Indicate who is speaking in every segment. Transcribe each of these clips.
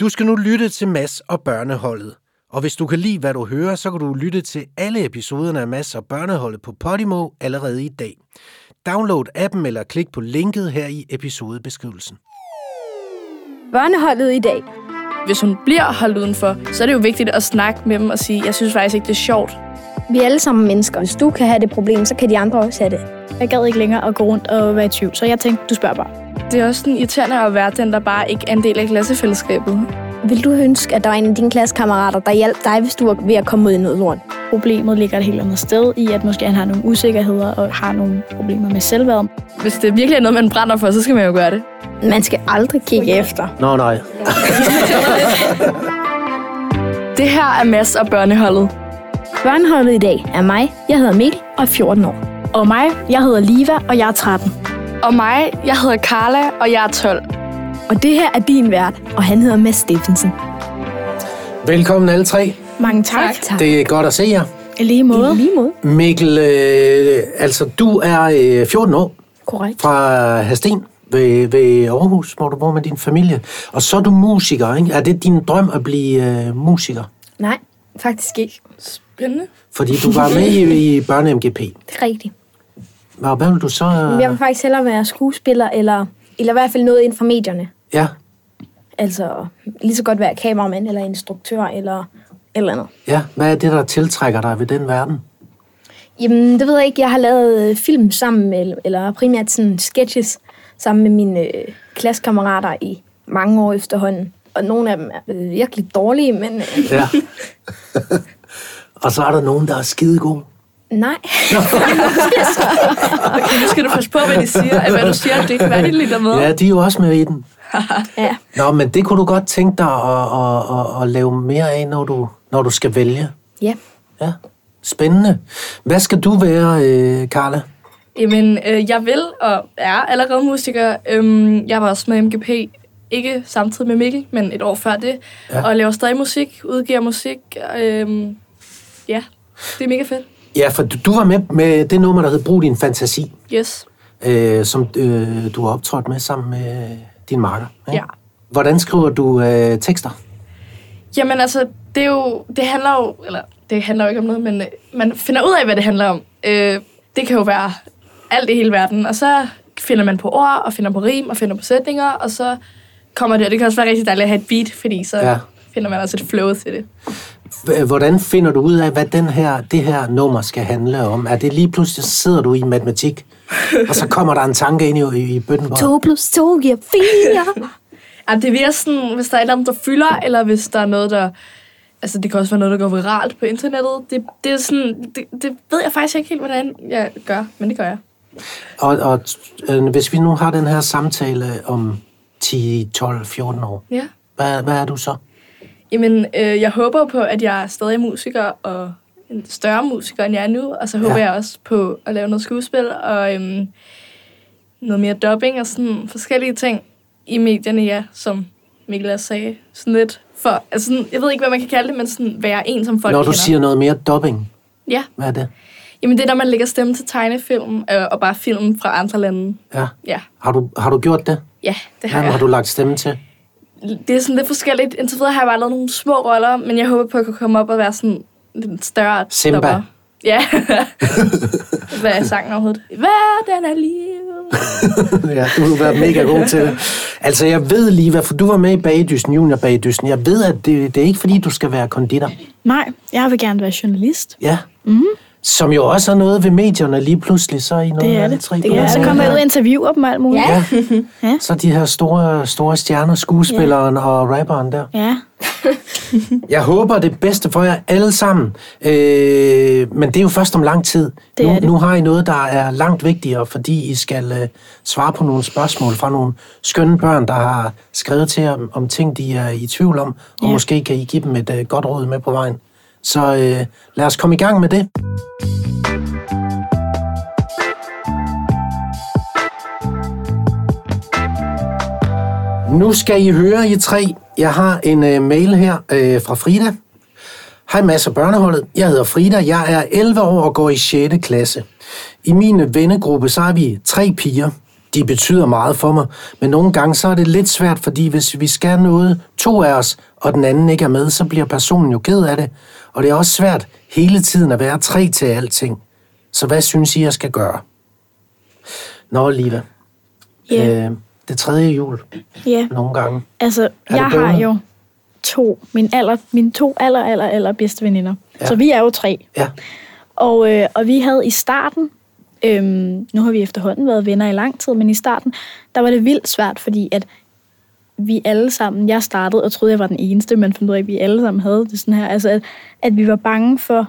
Speaker 1: Du skal nu lytte til Mads og børneholdet. Og hvis du kan lide, hvad du hører, så kan du lytte til alle episoderne af Mads og børneholdet på Podimo allerede i dag. Download appen eller klik på linket her i episodebeskrivelsen.
Speaker 2: Børneholdet i dag.
Speaker 3: Hvis hun bliver holdt udenfor, så er det jo vigtigt at snakke med dem og sige, jeg synes faktisk ikke, det er sjovt.
Speaker 2: Vi er alle sammen mennesker. Hvis du kan have det problem, så kan de andre også have det.
Speaker 4: Jeg gad ikke længere at gå rundt og være i tvivl, så jeg tænkte, du spørger bare.
Speaker 3: Det er også sådan irriterende at være den, der bare ikke er en del af klassefællesskabet.
Speaker 2: Vil du ønske, at der var en af dine klassekammerater, der hjalp dig, hvis du var ved at komme ud i noget lort?
Speaker 4: Problemet ligger et helt andet sted i, at måske han har nogle usikkerheder og har nogle problemer med selvværd.
Speaker 3: Hvis det virkelig er noget, man brænder for, så skal man jo gøre det.
Speaker 2: Man skal aldrig kigge efter.
Speaker 1: Nå nej.
Speaker 3: Det her er Mads og børneholdet.
Speaker 2: Børneholdet i dag er mig. Jeg hedder Mikkel og er 14 år.
Speaker 4: Og mig, jeg hedder Liva, og jeg er 13.
Speaker 3: Og mig, jeg hedder Carla, og jeg er 12.
Speaker 2: Og det her er din vært, og han hedder Mads Steffensen.
Speaker 1: Velkommen alle tre.
Speaker 4: Mange tak. tak.
Speaker 1: Det er godt at se jer.
Speaker 4: I lige måde.
Speaker 2: Lige mod.
Speaker 1: Mikkel, øh, altså du er øh, 14 år
Speaker 4: Korrekt.
Speaker 1: fra Hasten ved, ved Aarhus, hvor du bor med din familie. Og så er du musiker, ikke? Er det din drøm at blive øh, musiker?
Speaker 2: Nej, faktisk ikke.
Speaker 3: Spændende.
Speaker 1: Fordi du var med i, i børne-MGP.
Speaker 2: Det er rigtigt.
Speaker 1: Hvad, hvad vil du så... øh,
Speaker 2: Jeg vil faktisk hellere være skuespiller, eller, eller i hvert fald noget inden for medierne.
Speaker 1: Ja,
Speaker 2: Altså lige så godt være kameramand, eller instruktør, eller et eller andet.
Speaker 1: ja. Hvad er det, der tiltrækker dig ved den verden?
Speaker 2: Jamen, det ved jeg ikke. Jeg har lavet øh, film sammen med, eller primært sådan sketches sammen med mine øh, klassekammerater i mange år efterhånden. Og nogle af dem er øh, virkelig dårlige, men øh,
Speaker 1: Ja. Og så er der nogen, der er skidegod.
Speaker 2: nej.
Speaker 3: Okay, nu skal du passe på, hvad de siger. At hvad du siger, det kan være, de lytter med.
Speaker 1: Ja, de er jo også med i den.
Speaker 2: Ja.
Speaker 1: Nå, men det kunne du godt tænke dig at, at, at, at lave mere af, når du, når du skal vælge.
Speaker 2: ja.
Speaker 1: Ja, spændende. Hvad skal du være, øh, Carla?
Speaker 3: Jamen, øh, jeg vil og er allerede musiker. Øhm, jeg var også med i MGP, ikke samtidig med Mikkel, men et år før det. Ja. Og laver stadig musik, udgiver musik. Øhm, ja, det er mega fedt.
Speaker 1: Ja, for du, du var med med det nummer, der hed Brug din fantasi,
Speaker 3: Yes.
Speaker 1: øh, som øh, du har optrådt med sammen med øh, din marker. ikke?
Speaker 3: Ja.
Speaker 1: Hvordan skriver du øh, tekster?
Speaker 3: Jamen altså, det, er jo, det handler jo, eller det handler jo ikke om noget, men øh, man finder ud af, hvad det handler om. Øh, det kan jo være alt i hele verden, og så finder man på ord, og finder på rim, og finder på sætninger, og så kommer det, og det kan også være rigtig dejligt at have et beat, fordi så
Speaker 1: Ja.
Speaker 3: ja. finder man også et flow til det.
Speaker 1: H- Hvordan finder du ud af, hvad den her, det her nummer skal handle om? Er det lige pludselig, så sidder du i matematik, og så kommer der en tanke ind i, i, i bøtten? hvor-
Speaker 2: 2 plus 2 giver 4.
Speaker 3: Ja, det virker sådan, hvis der er et eller andet, der fylder, eller hvis der er noget, der... Altså, det kan også være noget, der går viralt på internettet. Det, det er sådan... Det, det ved jeg faktisk ikke helt, hvordan jeg gør, men det gør jeg.
Speaker 1: Og, og øh, hvis vi nu har den her samtale om 10, 12, 14 år,
Speaker 3: Ja.
Speaker 1: hvad, hvad er du så?
Speaker 3: Jamen, øh, jeg håber på, at jeg er stadig musiker, og en større musiker, end jeg er nu. Og så håber
Speaker 1: Ja.
Speaker 3: ja. jeg også på at lave noget skuespil, og øhm, noget mere dubbing, og sådan forskellige ting i medierne, ja, som Mikkel også sagde. Sådan lidt for... Altså, sådan, jeg ved ikke, hvad man kan kalde det, men sådan være en, som folk
Speaker 1: Når du
Speaker 3: kender.
Speaker 1: siger noget mere dubbing,
Speaker 3: Ja.
Speaker 1: hvad er det?
Speaker 3: Jamen det er, når man lægger stemme til tegnefilm øh, og bare film fra andre lande.
Speaker 1: Ja.
Speaker 3: Ja,
Speaker 1: Har, du, har du gjort det?
Speaker 3: ja det har
Speaker 1: Hvem har
Speaker 3: jeg.
Speaker 1: du lagt stemme til?
Speaker 3: Det er sådan lidt forskelligt. Indtil videre har jeg bare lavet nogle små roller, men jeg håber på, at jeg kan komme op og være sådan lidt større.
Speaker 1: Simba.
Speaker 3: stopper. Ja. Hvad er sangen overhovedet? Verden er livet.
Speaker 1: ja, du har været mega god til det. Altså, jeg ved lige, hvorfor du var med i Bagedysten, Junior Bagedysten. Jeg ved, at det, det er ikke, fordi du skal være konditor.
Speaker 4: Nej, jeg vil gerne være journalist.
Speaker 1: Ja. Mm.
Speaker 4: Mhm.
Speaker 1: Som jo også er noget ved medierne lige pludselig, så er I noget
Speaker 4: Det er
Speaker 1: alle
Speaker 4: det.
Speaker 1: Tre
Speaker 4: Ja,
Speaker 1: gode
Speaker 4: så
Speaker 1: til.
Speaker 4: kommer jeg ud og interviewer dem og alt muligt.
Speaker 1: Ja. ja. Så de her store, store stjerner, skuespilleren ja. og rapperen der.
Speaker 4: Ja.
Speaker 1: Jeg håber det bedste for jer alle sammen. Øh, men det er jo først om lang tid.
Speaker 4: Det
Speaker 1: nu,
Speaker 4: er det.
Speaker 1: nu har I noget, der er langt vigtigere, fordi I skal øh, svare på nogle spørgsmål fra nogle skønne børn, der har skrevet til jer om, om ting, de er i tvivl om, og
Speaker 4: Ja.
Speaker 1: måske kan I give dem et øh, godt råd med på vejen. Så øh, lad os komme i gang med det. Nu skal I høre, I tre. Jeg har en øh, mail her øh, fra Frida. Hej Mads og børneholdet. Jeg hedder Frida. Jeg er 11 år og går i 6. klasse. I min vennegruppe så er vi tre piger. de betyder meget for mig, men nogle gange så er det lidt svært, fordi hvis vi skal noget, to af os, og den anden ikke er med, så bliver personen jo ked af det. Og det er også svært hele tiden at være tre til alting. Så hvad synes I, jeg skal gøre? Nå, Liva.
Speaker 4: Ja.
Speaker 1: Øh, det tredje jul,
Speaker 4: Ja,
Speaker 1: nogle gange.
Speaker 4: altså,
Speaker 1: det
Speaker 4: jeg har
Speaker 1: bedre?
Speaker 4: jo to, min aller, mine to aller, aller, aller bedste veninder.
Speaker 1: Ja.
Speaker 4: Ja. Så vi er jo tre.
Speaker 1: Ja,
Speaker 4: Og, øh, og vi havde i starten, øhm, nu har vi efterhånden været venner i lang tid, men i starten, der var det vildt svært, fordi at vi alle sammen, jeg startede og troede, jeg var den eneste, men fandt ud af, at vi alle sammen havde det sådan her. Altså, at, at vi var bange for,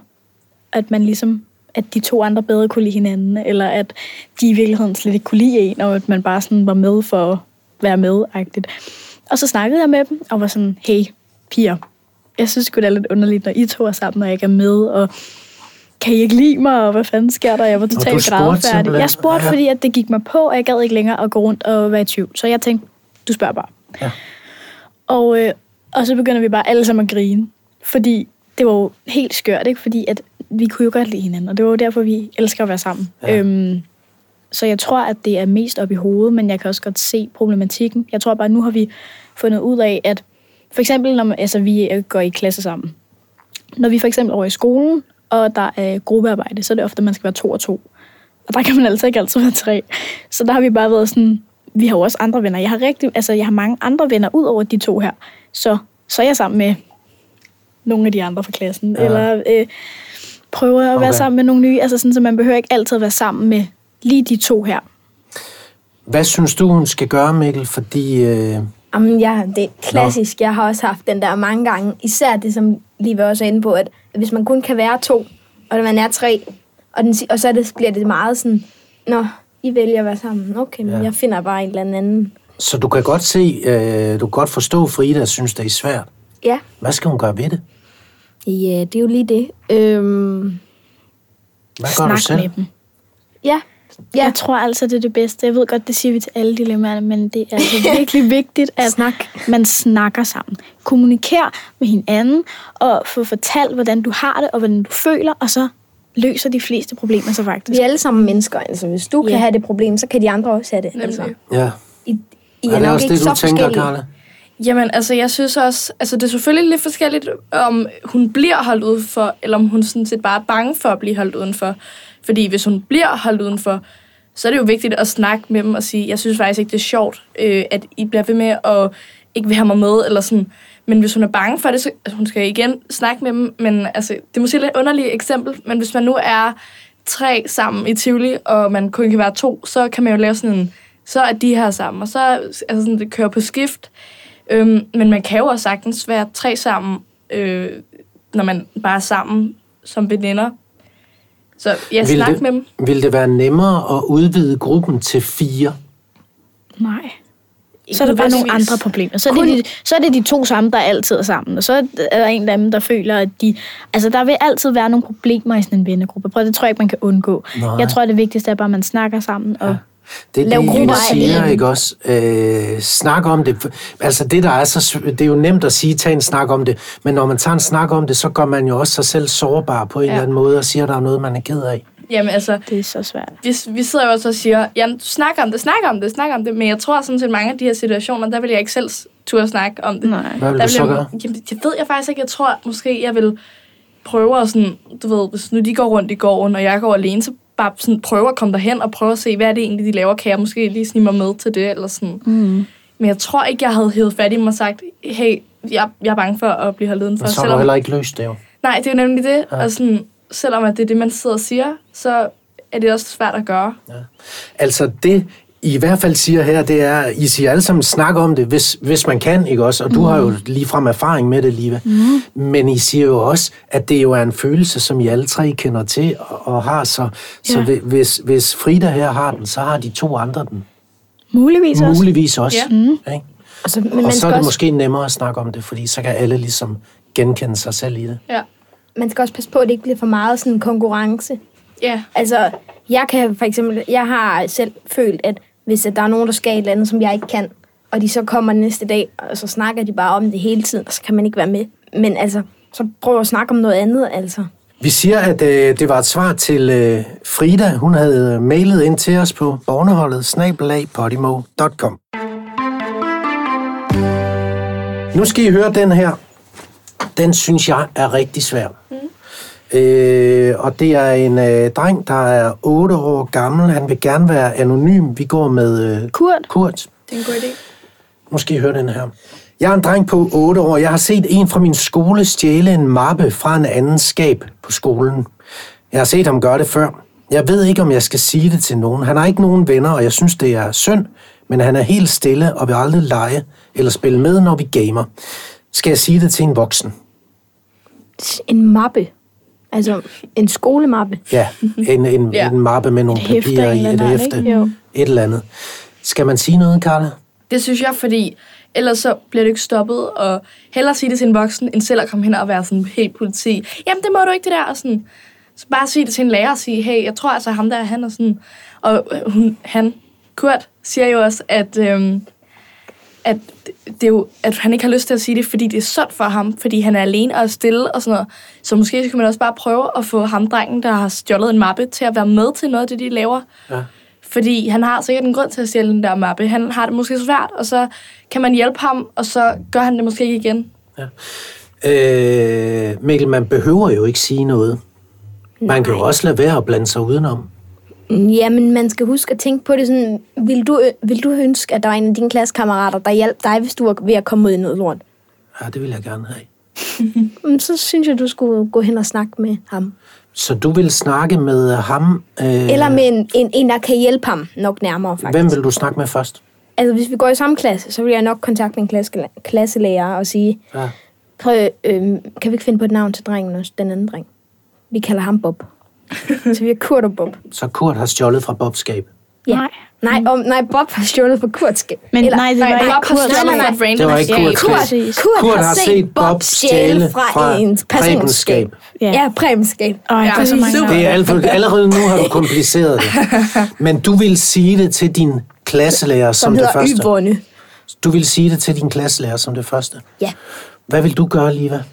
Speaker 4: at man ligesom, at de to andre bedre kunne lide hinanden, eller at de i virkeligheden slet ikke kunne lide en, og at man bare sådan var med for at være med-agtigt. Og så snakkede jeg med dem, og var sådan, hey, piger, jeg synes sgu, det er lidt underligt, når I to er sammen, og jeg ikke er med, og kan I ikke lide mig, og hvad fanden sker der? Jeg var
Speaker 1: du
Speaker 4: totalt
Speaker 1: spurgte
Speaker 4: grædefærdig.
Speaker 1: simpelthen?
Speaker 4: Jeg spurgte,
Speaker 1: Ja.
Speaker 4: fordi at det gik mig på, og jeg gad ikke længere at gå rundt og være i tvivl. Så jeg tænkte, du spørger bare.
Speaker 1: Ja.
Speaker 4: Og, øh, og så begynder vi bare alle sammen at grine, fordi det var jo helt skørt, ikke? fordi at vi kunne jo godt lide hinanden, og det var jo derfor, vi elsker at være sammen.
Speaker 1: Ja.
Speaker 4: Øhm, så jeg tror, at det er mest op i hovedet, men jeg kan også godt se problematikken. Jeg tror bare, at nu har vi fundet ud af, at for eksempel, når man, altså, vi øh, går i klasse sammen. Når vi for eksempel er over i skolen, og der er gruppearbejde, så er det ofte, at man skal være to og to. Og der kan man altså ikke altid være tre. Så der har vi bare været sådan, vi har jo også andre venner. Jeg har, rigtig, altså, jeg har mange andre venner ud over de to her. Så, så er jeg sammen med nogle af de andre fra klassen.
Speaker 1: Ja.
Speaker 4: Ja. Eller øh, prøver at okay.
Speaker 1: Okay.
Speaker 4: være sammen med nogle nye. Altså sådan, så man behøver ikke altid være sammen med lige de to her.
Speaker 1: Hvad synes du, hun skal gøre, Mikkel? Fordi øh,
Speaker 2: Jamen, ja, det er klassisk. Jeg har også haft den der mange gange. Især det, som lige var også inde på, at hvis man kun kan være to, og man er tre, og, den, si- og så er det, bliver det meget sådan, Nå, I vælger at være sammen. Okay, men
Speaker 1: Ja.
Speaker 2: ja. jeg finder bare en eller anden anden.
Speaker 1: Så du kan godt se, øh, du kan godt forstå, Frida synes, det er svært.
Speaker 2: Ja,
Speaker 1: Hvad skal hun gøre ved det?
Speaker 2: ja det er jo lige det. Øhm,
Speaker 1: Hvad gør du selv?
Speaker 4: med dem.
Speaker 2: ja,
Speaker 4: Ja.
Speaker 2: ja.
Speaker 4: Jeg tror altså, det er det bedste. Jeg ved godt, det siger vi til alle dilemmaerne, men det er altså virkelig vigtigt, at
Speaker 2: Snak.
Speaker 4: man snakker sammen. Kommuniker med hinanden, og få fortalt, hvordan du har det, og hvordan du føler, og så løser de fleste problemer sig faktisk.
Speaker 2: Vi er alle sammen mennesker, altså hvis du ja.
Speaker 4: Ja.
Speaker 2: kan have det problem, så kan de andre også have det. Altså,
Speaker 3: Nemlig.
Speaker 1: Ja.
Speaker 2: I, I
Speaker 1: Er det også det, du tænker,
Speaker 2: forskellige.
Speaker 1: Karla?
Speaker 3: Jamen, altså, jeg synes også, altså, det er selvfølgelig lidt forskelligt, om hun bliver holdt udenfor, eller om hun sådan set bare er bange for at blive holdt udenfor. Fordi hvis hun bliver holdt udenfor, så er det jo vigtigt at snakke med dem og sige, jeg synes faktisk ikke, det er sjovt, øh, at I bliver ved med at ikke vil have mig med, eller sådan. Men hvis hun er bange for det, så altså, hun skal igen snakke med dem. Men altså, det er måske et lidt underligt eksempel, men hvis man nu er tre sammen i Tivoli, og man kun kan være to, så kan man jo lave sådan en, så er de her sammen, og så altså sådan, det kører på skift. Øhm, men man kan jo også sagtens være tre sammen, øh, når man bare er sammen som veninder. Så
Speaker 1: Vil
Speaker 3: jeg snakker
Speaker 1: det-
Speaker 3: med dem.
Speaker 1: Vil det være nemmere at udvide gruppen til fire?
Speaker 4: Nej. Så er der bare nogle
Speaker 3: nødvendigvis.
Speaker 4: andre problemer. Så er, det de, så er det de to samme, der altid er sammen. Og så er der en af dem, der føler, at de... Altså, der vil altid være nogle problemer i sådan en vennegruppe. Prøv, det tror jeg ikke, man kan undgå.
Speaker 1: Nej.
Speaker 4: Jeg tror, det vigtigste er bare, at man snakker sammen. Og,
Speaker 1: Det er
Speaker 2: Lav
Speaker 1: det,
Speaker 2: grupper
Speaker 1: jeg
Speaker 2: af
Speaker 1: siger,
Speaker 2: en.
Speaker 1: ikke også? Øh, snak om det. Altså det, der er så... sv- Det er jo nemt at sige, tag en snak om det. Men når man tager en snak om det, så gør man jo også sig selv sårbar på en eller anden måde, og siger, der er noget, man er ked af.
Speaker 3: Jamen altså,
Speaker 4: det er så svært.
Speaker 3: vi, vi sidder jo også og siger, jamen snak om det, snak om det, snak om det. Men jeg tror sådan set, mange af de her situationer, der vil jeg ikke selv s- turde snakke om det.
Speaker 4: Nej.
Speaker 1: Hvad vil
Speaker 3: Der
Speaker 1: du så
Speaker 3: jeg-
Speaker 1: gøre?
Speaker 3: Jamen, det ved jeg faktisk ikke. Jeg tror måske, jeg vil prøve at sådan, du ved, hvis nu de går rundt i gården, og jeg går alene, så bare sådan prøve at komme derhen og prøve at se, hvad er det egentlig, de laver. Kan jeg måske lige snige mig med til det, eller sådan.
Speaker 4: Mm.
Speaker 3: Men jeg tror ikke, jeg havde hævet fat i mig og sagt, hey, jeg, jeg er bange for at blive holdt udenfor.
Speaker 1: Men så har du heller ikke løst det jo.
Speaker 3: nej, det er jo nemlig det.
Speaker 1: Ja.
Speaker 3: Ja. Og sådan, selvom at det er det, man sidder og siger, så er det også svært at gøre.
Speaker 1: Altså det, I i hvert fald siger her, det er, I siger alle sammen snak om det, hvis, hvis man kan, ikke også? Og du mm. har jo ligefrem erfaring med det, Liva. Mm. Men I siger jo også, at det jo er en følelse, som I alle tre kender til og, og har. Så, ja. så
Speaker 4: Ja.
Speaker 1: hvi- hvis, hvis Frida her har den, så har de to andre den.
Speaker 4: Muligvis også.
Speaker 1: Muligvis også.
Speaker 3: Ja.
Speaker 1: Mm. Ikke?
Speaker 2: Og så, men
Speaker 1: Og
Speaker 2: man
Speaker 1: så
Speaker 2: skal
Speaker 1: er det
Speaker 2: også,
Speaker 1: måske nemmere at snakke om det, fordi så kan alle ligesom genkende sig selv i det.
Speaker 3: Ja.
Speaker 2: man skal også passe på, at det ikke bliver for meget sådan en konkurrence.
Speaker 3: Ja.
Speaker 2: Altså, jeg kan for eksempel, jeg har selv følt, at hvis at der er nogen, der skal et eller andet, som jeg ikke kan, og de så kommer næste dag, og så snakker de bare om det hele tiden, og så kan man ikke være med. Men altså, så prøv at snakke om noget andet, altså.
Speaker 1: Vi siger, at øh, det var et svar til øh, Frida. Hun havde øh, mailet ind til os på borneholdet snabelagpodimo.com. Nu skal I høre den her. Den synes jeg er rigtig svær. Mm. Øh, og det er en øh, dreng, der er 8 år gammel. Han vil gerne være anonym. Vi går med øh,
Speaker 4: Kurt.
Speaker 1: Kurt.
Speaker 3: Det er en god idé.
Speaker 1: Måske høre den her. Jeg er en dreng på 8 år. Jeg har set en fra min skole stjæle en mappe fra en anden skab på skolen. Jeg har set ham gøre det før. Jeg ved ikke, om jeg skal sige det til nogen. Han har ikke nogen venner, og jeg synes, det er synd, men han er helt stille og vil aldrig lege eller spille med, når vi gamer. Skal jeg sige det til en voksen?
Speaker 2: En mappe. Altså, en skolemappe.
Speaker 1: Ja, en, en,
Speaker 3: Ja.
Speaker 1: ja. en mappe med nogle
Speaker 4: Et hæfte
Speaker 1: papirer
Speaker 4: af en
Speaker 1: i, et
Speaker 4: eller anden art,
Speaker 1: hæfte,
Speaker 4: ikke? Jo.
Speaker 1: et eller andet. Skal man sige noget, Carla?
Speaker 3: Det synes jeg, fordi ellers så bliver det ikke stoppet, og hellere sige det til en voksen, end selv at komme hen og være sådan helt politi. Jamen, det må du ikke, det der, og sådan. Så bare sige det til en lærer og sige, hey, jeg tror altså ham der, er han og sådan. Og øh, hun, han, Kurt, siger jo også, at, øhm, at, det er jo, at han ikke har lyst til at sige det, fordi det er synd for ham, fordi han er alene og er stille og sådan noget. Så måske skulle man også bare prøve at få ham, drengen, der har stjålet en mappe, til at være med til noget af det, de laver.
Speaker 1: Ja.
Speaker 3: Fordi han har sikkert en grund til at stjæle den der mappe. Han har det måske svært, og så kan man hjælpe ham, og så gør han det måske ikke igen.
Speaker 1: Øh, Mikkel, man behøver jo ikke sige noget. Man kan jo også lade være at blande sig udenom.
Speaker 2: Jamen, man skal huske at tænke på det sådan, vil du, ø- vil du ønske, at der var en af dine klassekammerater, der hjalp dig, hvis du var ved at komme ud i noget lort?
Speaker 1: Ja, det vil jeg gerne have.
Speaker 2: Mm, Så synes jeg, du skulle gå hen og snakke med ham.
Speaker 1: Så du vil snakke med ham? Øh,
Speaker 2: Eller med en, en, en der kan hjælpe ham nok nærmere, faktisk.
Speaker 1: Hvem vil du snakke med først?
Speaker 2: Altså, hvis vi går i samme klasse, så vil jeg nok kontakte min klasse, klasselærer og sige,
Speaker 1: Ja.
Speaker 2: prøv, øh, kan vi ikke finde på et navn til drengen også, den anden dreng? Vi kalder ham Bob. så vi er Kurt og Bob.
Speaker 1: Så Kurt har stjålet fra Bobs skab.
Speaker 2: Ja.
Speaker 4: Nej.
Speaker 2: Nej, om, nej, Bob har stjålet på Kurt's skab.
Speaker 4: Men nej, det var
Speaker 3: Nej,
Speaker 4: ikke
Speaker 3: bare på
Speaker 4: Kurt.
Speaker 2: Nej, nej,
Speaker 3: stjålet
Speaker 2: nej.
Speaker 3: fra et random
Speaker 1: Det var ikke
Speaker 3: skab.
Speaker 1: Kurt's skab.
Speaker 4: Præcis.
Speaker 2: Kurt, Kurt har set Bob stjæle fra, fra en persons skab.
Speaker 4: Ja.
Speaker 2: Ja, ja Præms skab.
Speaker 4: Øj,
Speaker 3: Ja,
Speaker 4: ja, det er så mange
Speaker 3: super.
Speaker 4: navne.
Speaker 1: Det er alt for, allerede nu har du kompliceret det. Men du vil sige det til din klasselærer som,
Speaker 2: Som
Speaker 1: det
Speaker 2: hedder
Speaker 1: første.
Speaker 2: Yvonne.
Speaker 1: Du vil sige det til din klasselærer som det første.
Speaker 2: Ja.
Speaker 1: Hvad vil du gøre, Liva?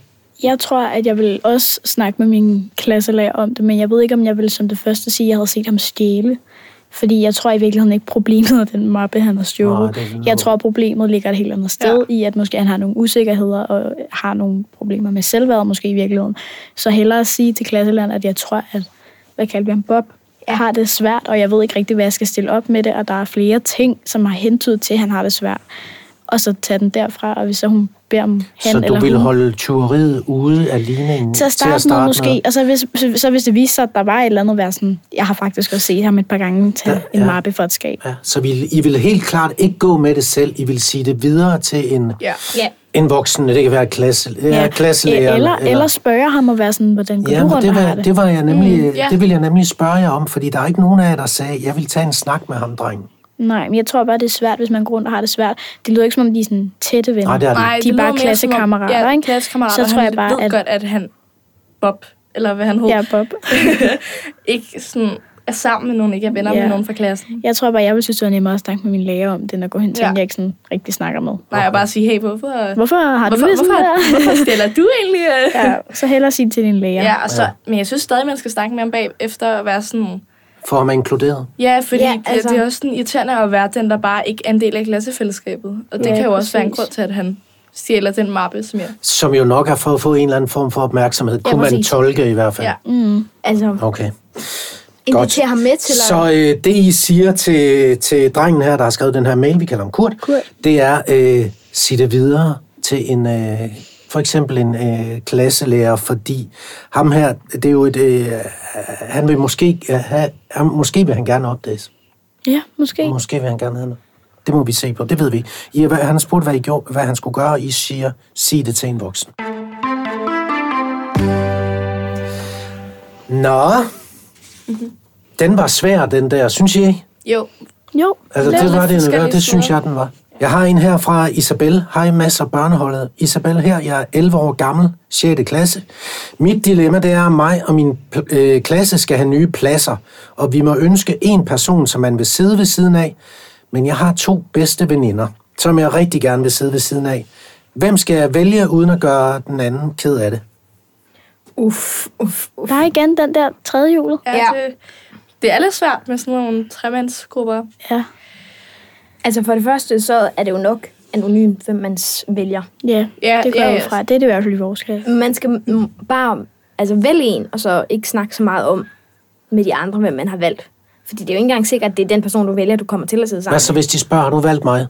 Speaker 4: Jeg tror, at jeg vil også snakke med min klasselærer om det, men jeg ved ikke, om jeg vil som det første sige, at jeg havde set ham stjæle. Fordi jeg tror i virkeligheden ikke, problemet er den mappe, han har
Speaker 1: Nej,
Speaker 4: stjålet.
Speaker 1: det er sådan
Speaker 4: jeg
Speaker 1: noget.
Speaker 4: tror, problemet ligger et helt andet sted ja. i, at måske han har nogle usikkerheder og har nogle problemer med selvværd måske i virkeligheden. Så hellere sige til klasselæreren, at jeg tror, at, hvad kaldte vi ham, Bob, ja. har det svært, og jeg ved ikke rigtig, hvad jeg skal stille op med det, og der er flere ting, som har hentydet til, at han har det svært. Og så tage den derfra, og hvis så hun beder om han
Speaker 1: så
Speaker 4: eller
Speaker 1: du vil
Speaker 4: hun,
Speaker 1: holde tyveriet ude af ligningen
Speaker 4: til at starte, til at
Speaker 1: med?
Speaker 4: med måske, og så hvis, så, så hvis det viste sig, at der var et eller andet være sådan, jeg har faktisk også set ham et par gange tage
Speaker 1: Ja,
Speaker 4: ja, en
Speaker 1: ja.
Speaker 4: mappe for et skab.
Speaker 1: Ja, så vi, I vil helt klart ikke gå med det selv. I vil sige det videre til en,
Speaker 3: Ja.
Speaker 2: Ja.
Speaker 1: en voksen. Det kan være klasse, ja, klasselærer.
Speaker 4: E- eller, eller spørge ham og være sådan, hvordan går
Speaker 1: Ja,
Speaker 4: du
Speaker 1: men
Speaker 4: rundt
Speaker 1: det
Speaker 4: og
Speaker 1: var,
Speaker 4: har det?
Speaker 1: det, var jeg nemlig, mm,
Speaker 3: ja.
Speaker 1: det ville jeg nemlig spørge jer om, fordi der er ikke nogen af jer, der sagde, jeg vil tage en snak med ham, dreng.
Speaker 4: Nej, men jeg tror bare, det er svært, hvis man går rundt og har det svært. Det lyder ikke, som om de er sådan tætte venner.
Speaker 1: Nej, det er det.
Speaker 3: Nej,
Speaker 1: ikke.
Speaker 4: de er
Speaker 3: det
Speaker 4: bare
Speaker 3: lyder mere som om-
Speaker 4: klassekammerater,
Speaker 3: ja,
Speaker 4: ikke?
Speaker 3: klassekammerater.
Speaker 4: Så tror jeg bare,
Speaker 3: ved
Speaker 4: at-
Speaker 3: godt, at han, Bob, eller hvad han hed,
Speaker 4: Ja, Bob.
Speaker 3: ikke sådan er sammen med nogen, ikke er venner
Speaker 4: Ja.
Speaker 3: med nogen fra klassen.
Speaker 4: Jeg tror bare, jeg ville synes, det var nemmere at snakke med min læger om det, end at gå hen til,
Speaker 3: Ja.
Speaker 4: ja. jeg ikke sådan rigtig snakker med.
Speaker 3: Nej, og bare sige, hey, hvorfor, hvorfor,
Speaker 4: Hvorfor har du
Speaker 3: hvorfor,
Speaker 4: det sådan
Speaker 3: hvorfor,
Speaker 4: der?
Speaker 3: hvorfor stiller du egentlig? øh?
Speaker 4: ja, så hellere sige til din læger.
Speaker 3: ja, og så, men jeg synes stadig, man skal snakke med ham bag efter og være sådan,
Speaker 1: For at man inkluderet.
Speaker 3: Ja, fordi
Speaker 2: Ja,
Speaker 3: ja, altså.
Speaker 2: altså.
Speaker 3: det er også sådan irriterende at være den, der bare ikke er en del af klassefællesskabet. Og det ja,
Speaker 4: Ja,
Speaker 3: kan jo også være en
Speaker 4: præcis.
Speaker 3: grund til, at han stjæler den mappe, som jeg...
Speaker 1: Som jo nok er for at få en eller anden form for opmærksomhed.
Speaker 2: Ja,
Speaker 1: Kunne man
Speaker 2: præcis.
Speaker 1: tolke i hvert fald.
Speaker 3: Ja. Mm.
Speaker 2: Altså,
Speaker 1: Okay.
Speaker 2: inviter ham med til
Speaker 1: Så øh, det, I siger til, til drengen her, der har skrevet den her mail, vi kalder ham Kurt,
Speaker 4: Kurt.
Speaker 1: det er, øh, sig det videre til en, øh, for eksempel en øh, klasselærer, fordi ham her, det er jo et, øh, han vil måske, øh, have, han, måske vil han gerne opdages.
Speaker 4: ja måske.
Speaker 1: Måske vil han gerne have noget. Det må vi se på, det ved vi. ikke. I, hvad- han har spurgt, hvad, I gjorde, hvad han skulle gøre, og I siger, sig det til en voksen. Nå, den var svær, den der, synes I ikke?
Speaker 3: Jo,
Speaker 4: Jo,
Speaker 1: Altså,
Speaker 3: Lav
Speaker 1: det
Speaker 3: lidt
Speaker 1: var det,
Speaker 3: forskellige
Speaker 1: det, det synes
Speaker 3: steder.
Speaker 1: jeg, den var. Jeg har en her fra Isabel. Hej, masser af børneholdet. Isabel her, jeg er 11 år gammel, 6. klasse. Mit dilemma, det er, at mig og min pl- øh, klasse skal have nye pladser, og vi må ønske en person, som man vil sidde ved siden af. Men jeg har to bedste veninder, som jeg rigtig gerne vil sidde ved siden af. Hvem skal jeg vælge, uden at gøre den anden ked af det?
Speaker 2: Uff, uff, uff.
Speaker 4: Der er igen den der tredje hjulet.
Speaker 3: Ja,
Speaker 2: Ja.
Speaker 3: ja. Det, det er lidt svært med sådan nogle tremandsgrupper.
Speaker 4: Ja.
Speaker 2: Altså for det første, så er det jo nok anonymt, hvem man s- vælger.
Speaker 4: Ja,
Speaker 3: Ja,
Speaker 4: det går jeg
Speaker 3: ja,
Speaker 4: ud fra. Det er det i hvert fald i vores klasse.
Speaker 2: Man skal m- bare altså, vælge en, og så ikke snakke så meget om med de andre, hvem man har valgt. Fordi det er jo ikke engang sikkert, at det er den person, du vælger, du kommer til at sidde sammen
Speaker 1: Hvad så, hvis de spørger, har du valgt mig?
Speaker 2: med.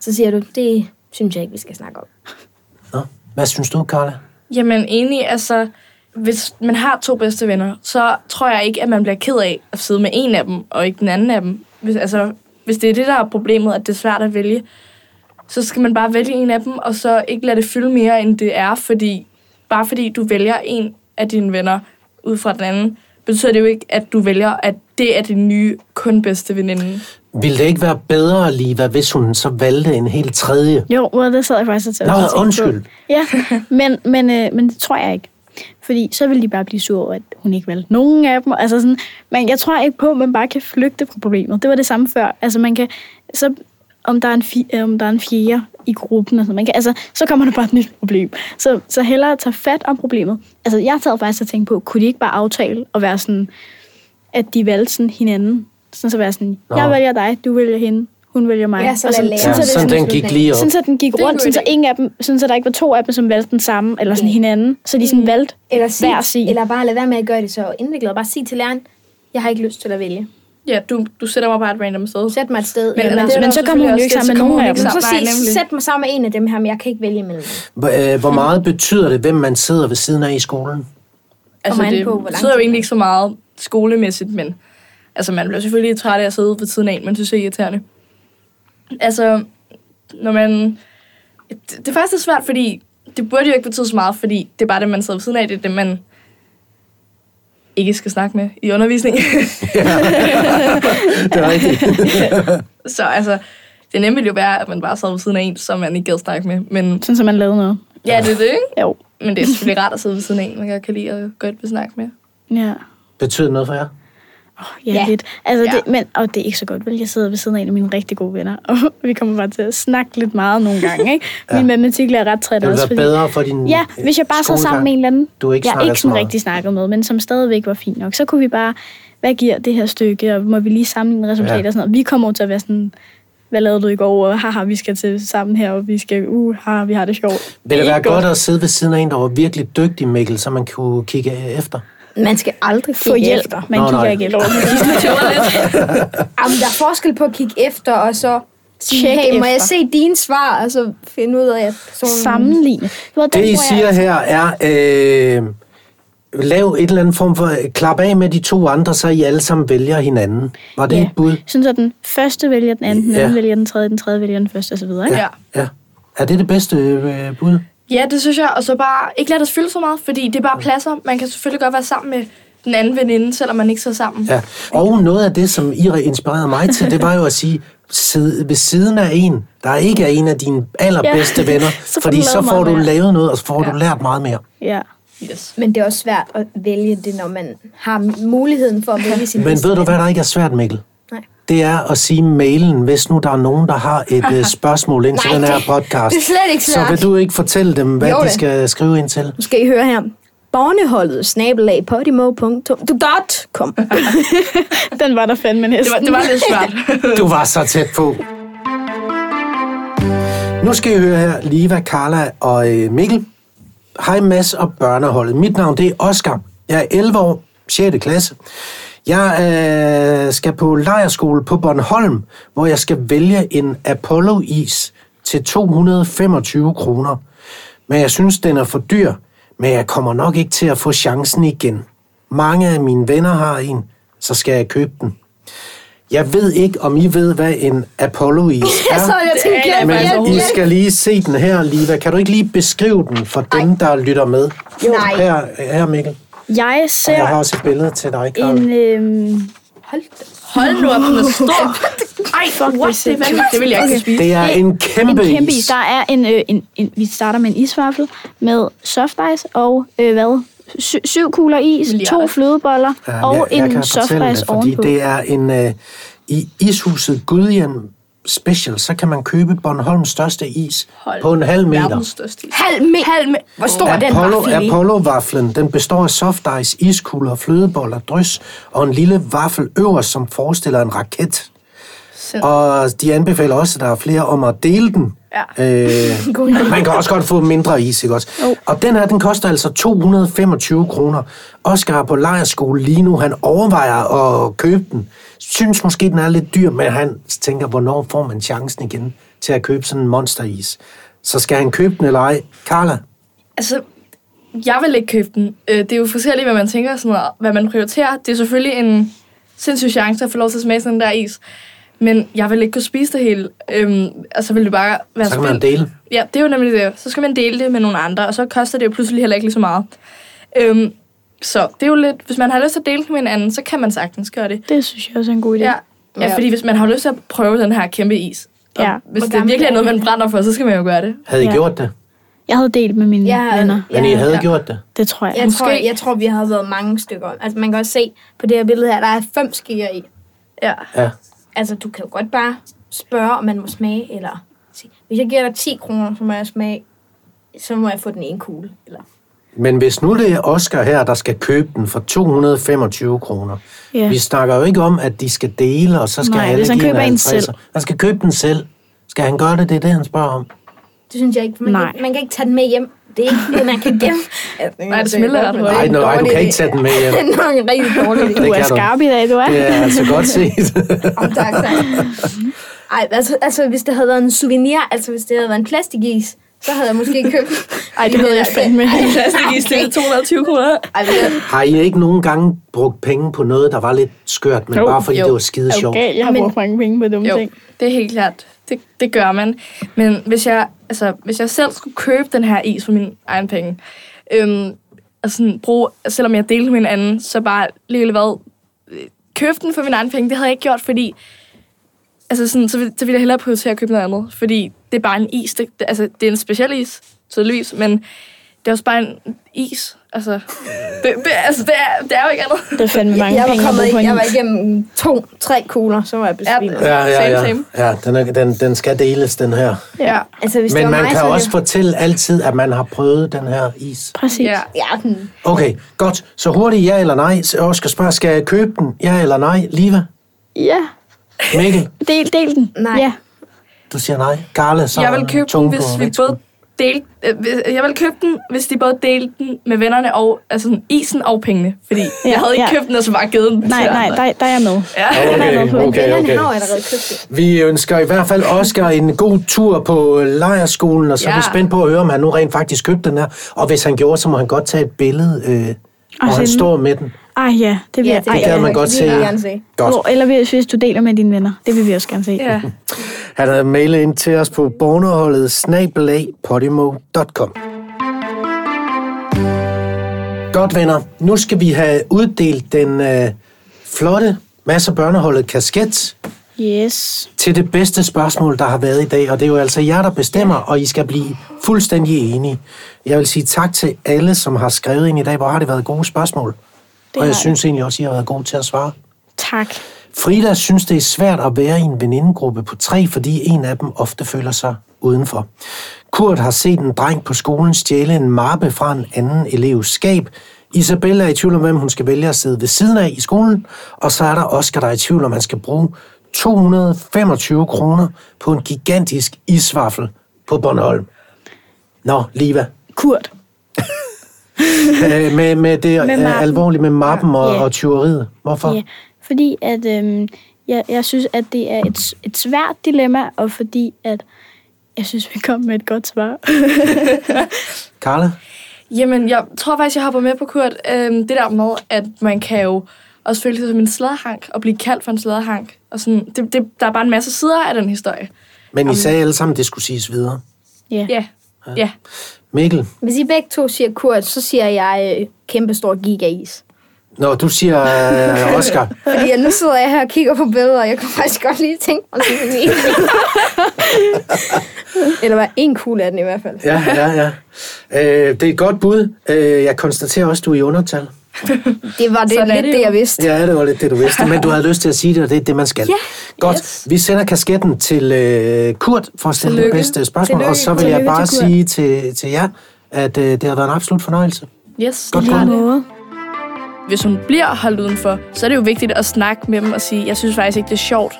Speaker 2: Så siger du, det synes jeg ikke, vi skal snakke om.
Speaker 1: Nå? Hvad synes du, Carla?
Speaker 3: Jamen egentlig, altså, hvis man har to bedste venner, så tror jeg ikke, at man bliver ked af at sidde med en af dem, og ikke den anden af dem. Hvis, altså, hvis det er det, der er problemet, at det er svært at vælge, så skal man bare vælge en af dem, og så ikke lade det fylde mere, end det er, fordi bare fordi du vælger en af dine venner ud fra den anden, betyder det jo ikke, at du vælger, at det er din nye, kun bedste veninde.
Speaker 1: Ville det ikke være bedre, Liva, hvis hun så valgte en helt tredje?
Speaker 4: Jo, well, det sad jeg faktisk og tænkte
Speaker 1: Nå,
Speaker 4: og tænkte på.
Speaker 1: undskyld.
Speaker 4: Ja, men, men, øh, men det tror jeg ikke. Fordi så ville de bare blive sure over, at hun ikke valgte nogen af dem. Altså sådan, men jeg tror ikke på, at man bare kan flygte fra problemet. Det var det samme før. Altså man kan, så om der er en, fi, øh, om der er en fjerde i gruppen, og sådan, man kan, altså, så kommer der bare et nyt problem. Så, så hellere tage fat om problemet. Altså jeg sad faktisk og tænkte på, kunne de ikke bare aftale og være sådan, at de valgte sådan hinanden? Sådan så være sådan,
Speaker 1: Nå.
Speaker 4: jeg vælger dig, du vælger hende, hun vælger mig.
Speaker 2: Ja, så
Speaker 4: Og
Speaker 2: lad lære.
Speaker 4: sådan,
Speaker 1: Ja,
Speaker 4: så det
Speaker 1: sådan den gik lige op.
Speaker 4: sådan så den gik
Speaker 3: er en
Speaker 4: rundt,
Speaker 3: god
Speaker 4: sådan så,
Speaker 3: idé.
Speaker 4: ingen af dem, sådan så der ikke var to af dem, som valgte den samme, eller sådan
Speaker 2: Ja.
Speaker 4: hinanden. Så de sådan valgte
Speaker 2: Eller,
Speaker 4: hver
Speaker 2: sig,
Speaker 4: sin.
Speaker 2: eller bare lade være med at gøre det så indviklet, og bare sige til læreren, jeg har ikke lyst til at vælge.
Speaker 3: Ja, du, du sætter mig bare et random sted.
Speaker 2: Sæt mig et sted.
Speaker 3: Men- altså,
Speaker 2: eller-
Speaker 3: men det er
Speaker 4: men
Speaker 3: der
Speaker 4: så
Speaker 3: jo
Speaker 4: kommer hun jo
Speaker 3: selvfølgelig
Speaker 4: ikke
Speaker 3: også det,
Speaker 4: sammen med
Speaker 3: så kommer
Speaker 4: nogen
Speaker 3: hun
Speaker 4: af
Speaker 3: ikke
Speaker 4: dem.
Speaker 2: Men
Speaker 3: sammen.
Speaker 2: så
Speaker 3: Nej,
Speaker 2: sig,
Speaker 3: nemlig.
Speaker 2: sæt mig sammen med en af dem her, men jeg kan ikke vælge imellem. dem.
Speaker 1: Hvor, øh, hvor meget betyder det, hvem man sidder ved siden af i skolen?
Speaker 3: Altså,
Speaker 2: Kommer an
Speaker 3: det
Speaker 2: på, hvor lang
Speaker 3: betyder jo
Speaker 2: tid
Speaker 3: egentlig ikke så meget skolemæssigt, men altså, man bliver selvfølgelig træt af at sidde ved siden af en, man synes det er irriterende. Altså, når man... Det, det er faktisk lidt svært, fordi det burde jo ikke betyde så meget, fordi det er bare det, man sidder ved siden af, det er det, man ikke skal snakke med i undervisning.
Speaker 1: Det er rigtigt.
Speaker 3: så altså, det nemme ville jo være, at man bare sad ved siden af en, som man ikke gad snakke med. Men
Speaker 4: Sådan, så man lavede noget.
Speaker 3: ja, det er det, ikke?
Speaker 4: Jo.
Speaker 3: Men det er selvfølgelig rart at sidde ved siden af en, man godt kan lide og godt vil snakke med.
Speaker 4: Ja.
Speaker 1: Betyder det noget for jer?
Speaker 4: Ja,
Speaker 2: Ja.
Speaker 4: ja. lidt. Altså,
Speaker 3: Ja.
Speaker 4: ja. Det, men, og det er ikke så godt, vel? Jeg sidder ved siden af en af mine rigtig gode venner, og vi kommer bare til at snakke lidt meget nogle gange, ikke? Min matematiklærer er ret træt
Speaker 1: Det ville
Speaker 4: også,
Speaker 1: være
Speaker 4: fordi...
Speaker 1: bedre for din øh,
Speaker 4: Ja, hvis jeg bare sad sammen med en eller anden,
Speaker 1: Du ikke
Speaker 4: jeg
Speaker 1: snakker
Speaker 4: ikke
Speaker 1: så
Speaker 4: sådan
Speaker 1: meget.
Speaker 4: rigtig snakkede med, men som stadigvæk var fint nok, så kunne vi bare, hvad giver det her stykke, og må vi lige sammenligne resultater
Speaker 1: Ja.
Speaker 4: ja. og sådan noget. Vi kommer jo til at være sådan, hvad lavede du i går, og haha, vi skal til sammen her, og vi skal, uh, haha, vi har det sjovt.
Speaker 1: Vil det
Speaker 4: er
Speaker 1: være
Speaker 4: ikke
Speaker 1: godt at sidde ved siden af en, der var virkelig dygtig, Mikkel, så man kunne kigge efter?
Speaker 2: Man skal aldrig
Speaker 4: få
Speaker 2: kigge
Speaker 4: hjælp.
Speaker 2: efter.
Speaker 4: Man
Speaker 1: Nå,
Speaker 4: kigger
Speaker 1: nej.
Speaker 4: ikke efter.
Speaker 2: Jamen, der er forskel på at kigge efter, og så sige,
Speaker 4: Tjek
Speaker 2: hey, må
Speaker 4: efter."
Speaker 2: jeg se dine svar, og så finde ud af, at personen...
Speaker 4: Sammenligne. Du ved, den
Speaker 1: Det, I
Speaker 4: tror jeg- altså.
Speaker 1: siger her, er... Øh, lav et eller andet form for... øh, Klap af med de to andre, så I alle sammen vælger hinanden. Var det
Speaker 4: Ja.
Speaker 1: et bud?
Speaker 4: Sådan så den første vælger den anden, den
Speaker 1: Ja.
Speaker 4: anden vælger den tredje, den tredje vælger den første osv. Ja.
Speaker 3: Ja.
Speaker 1: ja. Er det det bedste øh, bud?
Speaker 3: Ja, det synes jeg. Og så bare ikke lade det fylde så meget, fordi det er bare pladser. Man kan selvfølgelig godt være sammen med den anden veninde, selvom man ikke sidder sammen.
Speaker 1: Ja. Og noget af det, som I inspirerede mig til, det var jo at sige, sid, ved siden af en, der ikke er en af dine allerbedste
Speaker 4: Ja.
Speaker 1: venner,
Speaker 4: Så får
Speaker 1: fordi
Speaker 4: du
Speaker 1: så
Speaker 4: lavet
Speaker 1: får
Speaker 4: meget
Speaker 1: du
Speaker 4: mere.
Speaker 1: lavet noget, og så får ja. du
Speaker 3: Ja.
Speaker 1: lært meget mere.
Speaker 4: ja.
Speaker 3: Yes.
Speaker 2: Men det er også svært at vælge det, når man har muligheden for at vælge sin
Speaker 1: Men
Speaker 2: bedste
Speaker 1: ved du,
Speaker 2: ven.
Speaker 1: hvad der ikke er svært, Mikkel?
Speaker 2: Nej.
Speaker 1: Det er at sige mailen, hvis nu der er nogen, der har et øh, spørgsmål ind til
Speaker 2: Nej,
Speaker 1: den her
Speaker 2: det-
Speaker 1: podcast.
Speaker 2: det er slet ikke
Speaker 1: så
Speaker 2: svært.
Speaker 1: vil du ikke fortælle dem, hvad
Speaker 2: Jo
Speaker 1: de
Speaker 2: da.
Speaker 1: skal skrive ind til.
Speaker 2: Nu skal I høre her. Borneholdet snabelag podimo.com
Speaker 4: Den var der fandme en
Speaker 3: Det var, det var lidt svært.
Speaker 1: Du var så tæt på. Nu skal I høre her, Liva, Carla og øh, Mikkel. Hej Mads og børneholdet. Mit navn det er Oscar. Jeg er 11 år, 6. klasse. Jeg øh, skal på lejerskole på Bornholm, hvor jeg skal vælge en Apollo-is til 225 kroner. Men jeg synes, den er for dyr, men jeg kommer nok ikke til at få chancen igen. Mange af mine venner har en, så skal jeg købe den. Jeg ved ikke, om I ved, hvad en Apollo-is er.
Speaker 2: Jeg sad, jeg tænkte,
Speaker 3: Det er
Speaker 2: hjælp,
Speaker 3: jeg
Speaker 2: hjælp,
Speaker 1: Men I
Speaker 2: hjælp.
Speaker 1: skal lige se den her, Liva. Kan du ikke lige beskrive den for dem, der lytter med?
Speaker 2: Nej.
Speaker 1: Her, her Mikkel.
Speaker 4: Jeg
Speaker 1: Og jeg har
Speaker 4: ser
Speaker 1: også et billede til dig, Karl.
Speaker 4: en... Øhm,
Speaker 2: Hold da.
Speaker 3: Hold nu op, den er stor. Ej,
Speaker 4: Fuck,
Speaker 3: what?
Speaker 4: det er
Speaker 3: Det, er
Speaker 4: sindssygt.
Speaker 3: vanvittigt. det vil jeg ikke kunne spise.
Speaker 1: Det er en kæmpe,
Speaker 4: øh, en kæmpe is.
Speaker 1: is.
Speaker 4: Der er en, øh, en, en, vi starter med en isvaffel med soft ice og øh, hvad? Sy- syv kugler is,
Speaker 3: Milliarder.
Speaker 4: to flødeboller
Speaker 1: Jamen,
Speaker 4: og
Speaker 1: jeg, jeg
Speaker 4: en
Speaker 1: kan
Speaker 4: soft
Speaker 1: fortælle
Speaker 4: ice
Speaker 1: det, fordi
Speaker 4: ovenpå.
Speaker 1: det er en... Øh, I ishuset Gudhjem special, så kan man købe Bornholms største is
Speaker 3: Hold
Speaker 1: på en halv meter.
Speaker 3: Verdens største is.
Speaker 2: Halv me. Halv me. Hvor stor er den
Speaker 1: Apollo,
Speaker 2: bare, Philip?
Speaker 1: Apollo-vaflen, den består af soft ice, iskugler, flødeboller, drys og en lille vaffel øverst, som forestiller en raket.
Speaker 3: Sind-
Speaker 1: Og de anbefaler også, at der er flere om at dele den.
Speaker 3: Ja.
Speaker 1: Øh, man kan også godt få mindre is, ikke også? Og den her, den koster altså 225 kroner. Oscar er på lejerskole lige nu. Han overvejer at købe den. Synes måske, den er lidt dyr, men han tænker, hvornår får man chancen igen til at købe sådan en monsteris? Så skal han købe den eller ej? Carla,
Speaker 3: Altså, jeg vil ikke købe den. Øh, Det er jo forskelligt, hvad man tænker, og sådan noget, hvad man prioriterer. Det er selvfølgelig en sindssyg chance at få lov til at smage sådan en der is. Men jeg vil ikke kunne spise det hele. Øhm, og så vil det bare være
Speaker 1: så kan man
Speaker 3: spild.
Speaker 1: dele.
Speaker 3: Ja, det er jo nemlig det. Så skal man dele det med nogle andre, og så koster det jo pludselig heller ikke lige så meget. Øhm, så det er jo lidt... Hvis man har lyst til at dele det med en anden, så kan man sagtens gøre det.
Speaker 4: Det synes jeg også er en god idé.
Speaker 3: Ja, ja
Speaker 2: Ja.
Speaker 3: fordi hvis man har lyst til at prøve den her kæmpe is, og
Speaker 4: Ja.
Speaker 3: hvis
Speaker 2: Hvor
Speaker 3: det
Speaker 2: gammel
Speaker 3: virkelig er
Speaker 2: er
Speaker 3: noget, man brænder for, så skal man jo gøre det.
Speaker 1: Havde I
Speaker 4: Ja.
Speaker 1: gjort det?
Speaker 4: Jeg havde delt med mine ja, venner.
Speaker 1: Men I havde
Speaker 3: ja.
Speaker 1: gjort det?
Speaker 4: Det tror jeg.
Speaker 2: Jeg tror,
Speaker 3: Måske.
Speaker 2: jeg tror, vi har været mange stykker. Altså, man kan også se på det her billede her, der er fem skeer i.
Speaker 3: Ja.
Speaker 1: Ja.
Speaker 2: Altså, du kan jo godt bare spørge, om man må smage, eller sige, hvis jeg giver dig 10 kroner, så må jeg smage, så må jeg få den ene kugle. Eller,
Speaker 1: Men hvis nu det er Oscar her, der skal købe den for 225 kroner. Ja.
Speaker 4: Ja.
Speaker 1: Vi snakker jo ikke om, at de skal dele, og så skal
Speaker 4: Nej,
Speaker 1: alle
Speaker 4: hvis han
Speaker 1: give
Speaker 4: køber en
Speaker 1: 50'er.
Speaker 4: selv.
Speaker 1: Han skal købe den selv. Skal han gøre det? Det er det, han spørger om.
Speaker 2: det synes jeg ikke. Man,
Speaker 4: Nej.
Speaker 2: Kan, man kan ikke tage den med hjem. Det er ikke det, man kan gemme.
Speaker 3: Nej, det smelter ret hurtigt.
Speaker 1: Nej,
Speaker 2: en
Speaker 1: nej, du
Speaker 2: dårlig
Speaker 1: kan
Speaker 2: idé.
Speaker 1: ikke tage den med hjem.
Speaker 2: Det er nok en rigtig dårlig idé.
Speaker 1: Det
Speaker 4: Du
Speaker 1: kan
Speaker 4: er
Speaker 1: du.
Speaker 4: skarp i dag, du er.
Speaker 1: Det er altså godt set.
Speaker 2: Om tak, tak. Ej, altså, altså, hvis det havde været en souvenir, altså hvis det havde været en plastikis, så havde jeg måske købt...
Speaker 4: Ej, det ved jeg fandme.
Speaker 3: Plastik is, det er 220 kroner.
Speaker 2: Ej, men Altså, jeg-
Speaker 1: Har I ikke nogen gange brugt penge på noget, der var lidt skørt, men
Speaker 4: Jo.
Speaker 1: bare fordi
Speaker 3: Jo.
Speaker 1: det var skide
Speaker 4: Er du
Speaker 1: sjovt?
Speaker 4: gal? Jeg har
Speaker 2: Men-
Speaker 4: brugt mange penge på dumme
Speaker 3: Jo,
Speaker 4: ting.
Speaker 3: det er helt klart. Det, det gør man. Men hvis jeg, altså, hvis jeg selv skulle købe den her is for min egen penge, øhm, og sådan bruge, selvom jeg delte med en anden, så bare lige hvad, øh, købe den for min egen penge, det havde jeg ikke gjort, fordi altså sådan, så, vil- så ville jeg hellere prioritere at købe noget andet, fordi det er bare en is. Det, det, altså, det er en speciel is, tydeligvis, men det er også bare en is. Altså, det, det, altså, det, er, det er jo ikke andet.
Speaker 4: Det er fandme mange
Speaker 2: jeg,
Speaker 4: penge
Speaker 2: var
Speaker 4: at
Speaker 2: kommet,
Speaker 4: bruge på en
Speaker 2: jeg var
Speaker 4: is.
Speaker 2: igennem to, tre kugler, så var jeg besvimet.
Speaker 3: Ja,
Speaker 1: Ja, ja,
Speaker 3: Same,
Speaker 1: ja.
Speaker 3: same.
Speaker 1: ja den, er, den, den skal deles, den her.
Speaker 3: Ja.
Speaker 2: Altså, hvis
Speaker 1: Men
Speaker 2: det var
Speaker 1: man
Speaker 2: mig,
Speaker 1: kan
Speaker 2: så
Speaker 1: jo
Speaker 2: ville
Speaker 1: også
Speaker 2: jeg-
Speaker 1: fortælle altid, at man har prøvet den her is.
Speaker 4: Præcis.
Speaker 3: ja.
Speaker 2: Ja, den.
Speaker 1: Okay, godt. Så hurtigt ja eller nej. Så Oscar spørger, skal jeg købe den? Ja eller nej? Liva?
Speaker 4: Ja.
Speaker 1: Mikkel?
Speaker 4: Del, del den.
Speaker 2: Nej.
Speaker 4: Ja.
Speaker 1: Du siger nej. Carla, så
Speaker 3: jeg vil købe den,
Speaker 1: tunge på
Speaker 3: hvis vi
Speaker 1: vægtskålen.
Speaker 3: både delte, øh, hvis- jeg vil købe den, hvis de både delte den med vennerne og altså sådan, isen og pengene. Fordi ja, jeg havde ikke
Speaker 4: ja.
Speaker 3: købt den, og så bare givet den.
Speaker 4: Nej,
Speaker 3: til
Speaker 4: nej,
Speaker 3: andre.
Speaker 4: der, der er jeg med.
Speaker 3: Ja.
Speaker 1: Okay, okay,
Speaker 2: Vennerne
Speaker 1: okay.
Speaker 2: har jo allerede købt det.
Speaker 1: Vi ønsker i hvert fald Oscar en god tur på lejerskolen, og så er vi
Speaker 3: Ja.
Speaker 1: spændt på at høre, om han nu rent faktisk købte den her. Og hvis han gjorde, så må han godt tage et billede, øh, og han
Speaker 4: sende.
Speaker 1: står med den.
Speaker 4: Ej, Ah, ja. Det vil
Speaker 2: Ja,
Speaker 4: jeg.
Speaker 2: det
Speaker 4: Ej,
Speaker 1: gad
Speaker 4: ja.
Speaker 1: man godt
Speaker 2: vi
Speaker 1: se.
Speaker 2: vil gerne se.
Speaker 1: Godt.
Speaker 4: Hvor- Eller hvis, hvis du deler med dine venner. Det vil vi også gerne se.
Speaker 3: Ja.
Speaker 1: Han havde mailet ind til os på bornerholdet snabelagpodimo.com. Godt venner, nu skal vi have uddelt den øh, flotte masser børneholdet kasket
Speaker 4: Yes.
Speaker 1: til det bedste spørgsmål, der har været i dag, og det er jo altså jer, der bestemmer, og I skal blive fuldstændig enige. Jeg vil sige tak til alle, som har skrevet ind i dag. Hvor har det været gode spørgsmål? Det og
Speaker 4: har
Speaker 1: jeg
Speaker 4: det.
Speaker 1: synes egentlig også, I har været gode til at svare.
Speaker 4: Tak.
Speaker 1: Frida synes, det er svært at være i en venindegruppe på tre, fordi en af dem ofte føler sig udenfor. Kurt har set en dreng på skolen stjæle en mappe fra en anden elevs skab. Isabella er i tvivl om, hvem hun skal vælge at sidde ved siden af i skolen. Og så er der Oscar, der er i tvivl om, han skal bruge 225 kroner på en gigantisk isvaffel på Bornholm. Nå, Liva.
Speaker 4: Kurt.
Speaker 1: Øh, med, med det
Speaker 4: Med
Speaker 1: med
Speaker 4: mappen.
Speaker 1: alvorlige med mappen og,
Speaker 4: Ja.
Speaker 1: og tyveriet. Hvorfor?
Speaker 4: Ja, fordi at øhm, jeg, jeg synes, at det er et, et svært dilemma, og fordi at jeg synes, vi kom med et godt svar.
Speaker 1: Carla?
Speaker 3: Jamen, jeg tror faktisk, jeg hopper med på Kurt. Øhm, det der med, at man kan jo også føle sig som en slæderhank, og blive kaldt for en slæderhank. Og sådan, det, det, der er bare en masse sider af den historie.
Speaker 1: Men I sagde alle sammen, det skulle siges videre.
Speaker 4: ja.
Speaker 3: Ja. Ja.
Speaker 1: Mikkel?
Speaker 2: Hvis I begge to siger kurt, så siger jeg øh, kæmpestor gigais.
Speaker 1: Nå, du siger øh, Oscar.
Speaker 2: Fordi jeg, nu sidder jeg her og kigger på billeder, og jeg kunne faktisk godt lige tænke mig sådan en. Eller hvad? En kugle er den i hvert fald.
Speaker 1: Ja, ja, ja. Øh, det er et godt bud. Øh, jeg konstaterer også, at du er i undertal.
Speaker 2: Det var det
Speaker 3: Sådan er
Speaker 2: lidt
Speaker 3: det
Speaker 2: det,
Speaker 3: jo.
Speaker 2: jeg vidste.
Speaker 1: Ja, det var lidt det, du vidste, men du havde lyst til at sige det, og det er det, man skal.
Speaker 3: Ja,
Speaker 1: Godt,
Speaker 3: yes.
Speaker 1: vi sender kasketten til øh, Kurt for at stille det
Speaker 3: Tillykke.
Speaker 1: bedste spørgsmål,
Speaker 3: Tillykke.
Speaker 1: og så vil jeg
Speaker 4: Tillykke
Speaker 1: bare
Speaker 4: til Kurt.
Speaker 1: sige til, til jer, at øh, det har været en absolut fornøjelse.
Speaker 3: Yes,
Speaker 1: Godt
Speaker 3: det
Speaker 1: gået.
Speaker 3: har det.
Speaker 4: måde.
Speaker 3: Hvis hun bliver holdt udenfor, så er det jo vigtigt at snakke med dem og sige, jeg synes faktisk ikke, det er sjovt.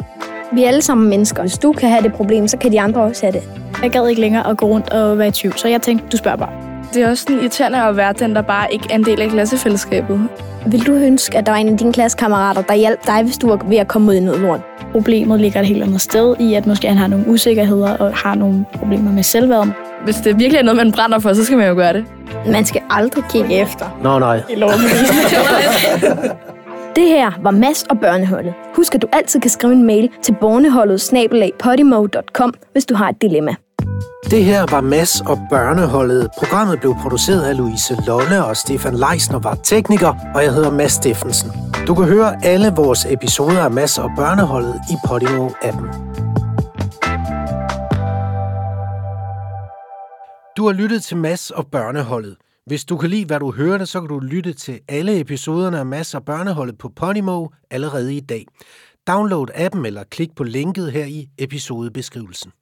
Speaker 2: Vi er alle sammen mennesker. Hvis du kan have det problem, så kan de andre også have det.
Speaker 4: Jeg gad ikke længere at gå rundt og være i tvivl, så jeg tænkte, du spørger bare.
Speaker 3: Det er også sådan irriterende at være den, der bare ikke er en del af klassefællesskabet.
Speaker 2: Vil du ønske, at der var en af dine klassekammerater, der hjalp dig, hvis du var ved at komme ud i noget lort?
Speaker 4: Problemet ligger et helt andet sted i, at måske han har nogle usikkerheder og har nogle problemer med selvværd.
Speaker 3: Hvis det virkelig er noget, man brænder for, så skal man jo gøre det.
Speaker 2: Man skal aldrig kigge efter.
Speaker 1: Nå nej,
Speaker 2: Det her var Mass og Børneholdet. Husk, at du altid kan skrive en mail til borneholdet hvis du har et dilemma.
Speaker 1: Det her var Mass og Børneholdet. Programmet blev produceret af Louise Lolle, og Stefan Leisner var tekniker, og jeg hedder Mads Steffensen. Du kan høre alle vores episoder af Mass og Børneholdet i Podimo-appen. Du har lyttet til Mass og Børneholdet. Hvis du kan lide, hvad du hører, så kan du lytte til alle episoderne af Mass og Børneholdet på Podimo allerede i dag. Download appen eller klik på linket her i episodebeskrivelsen.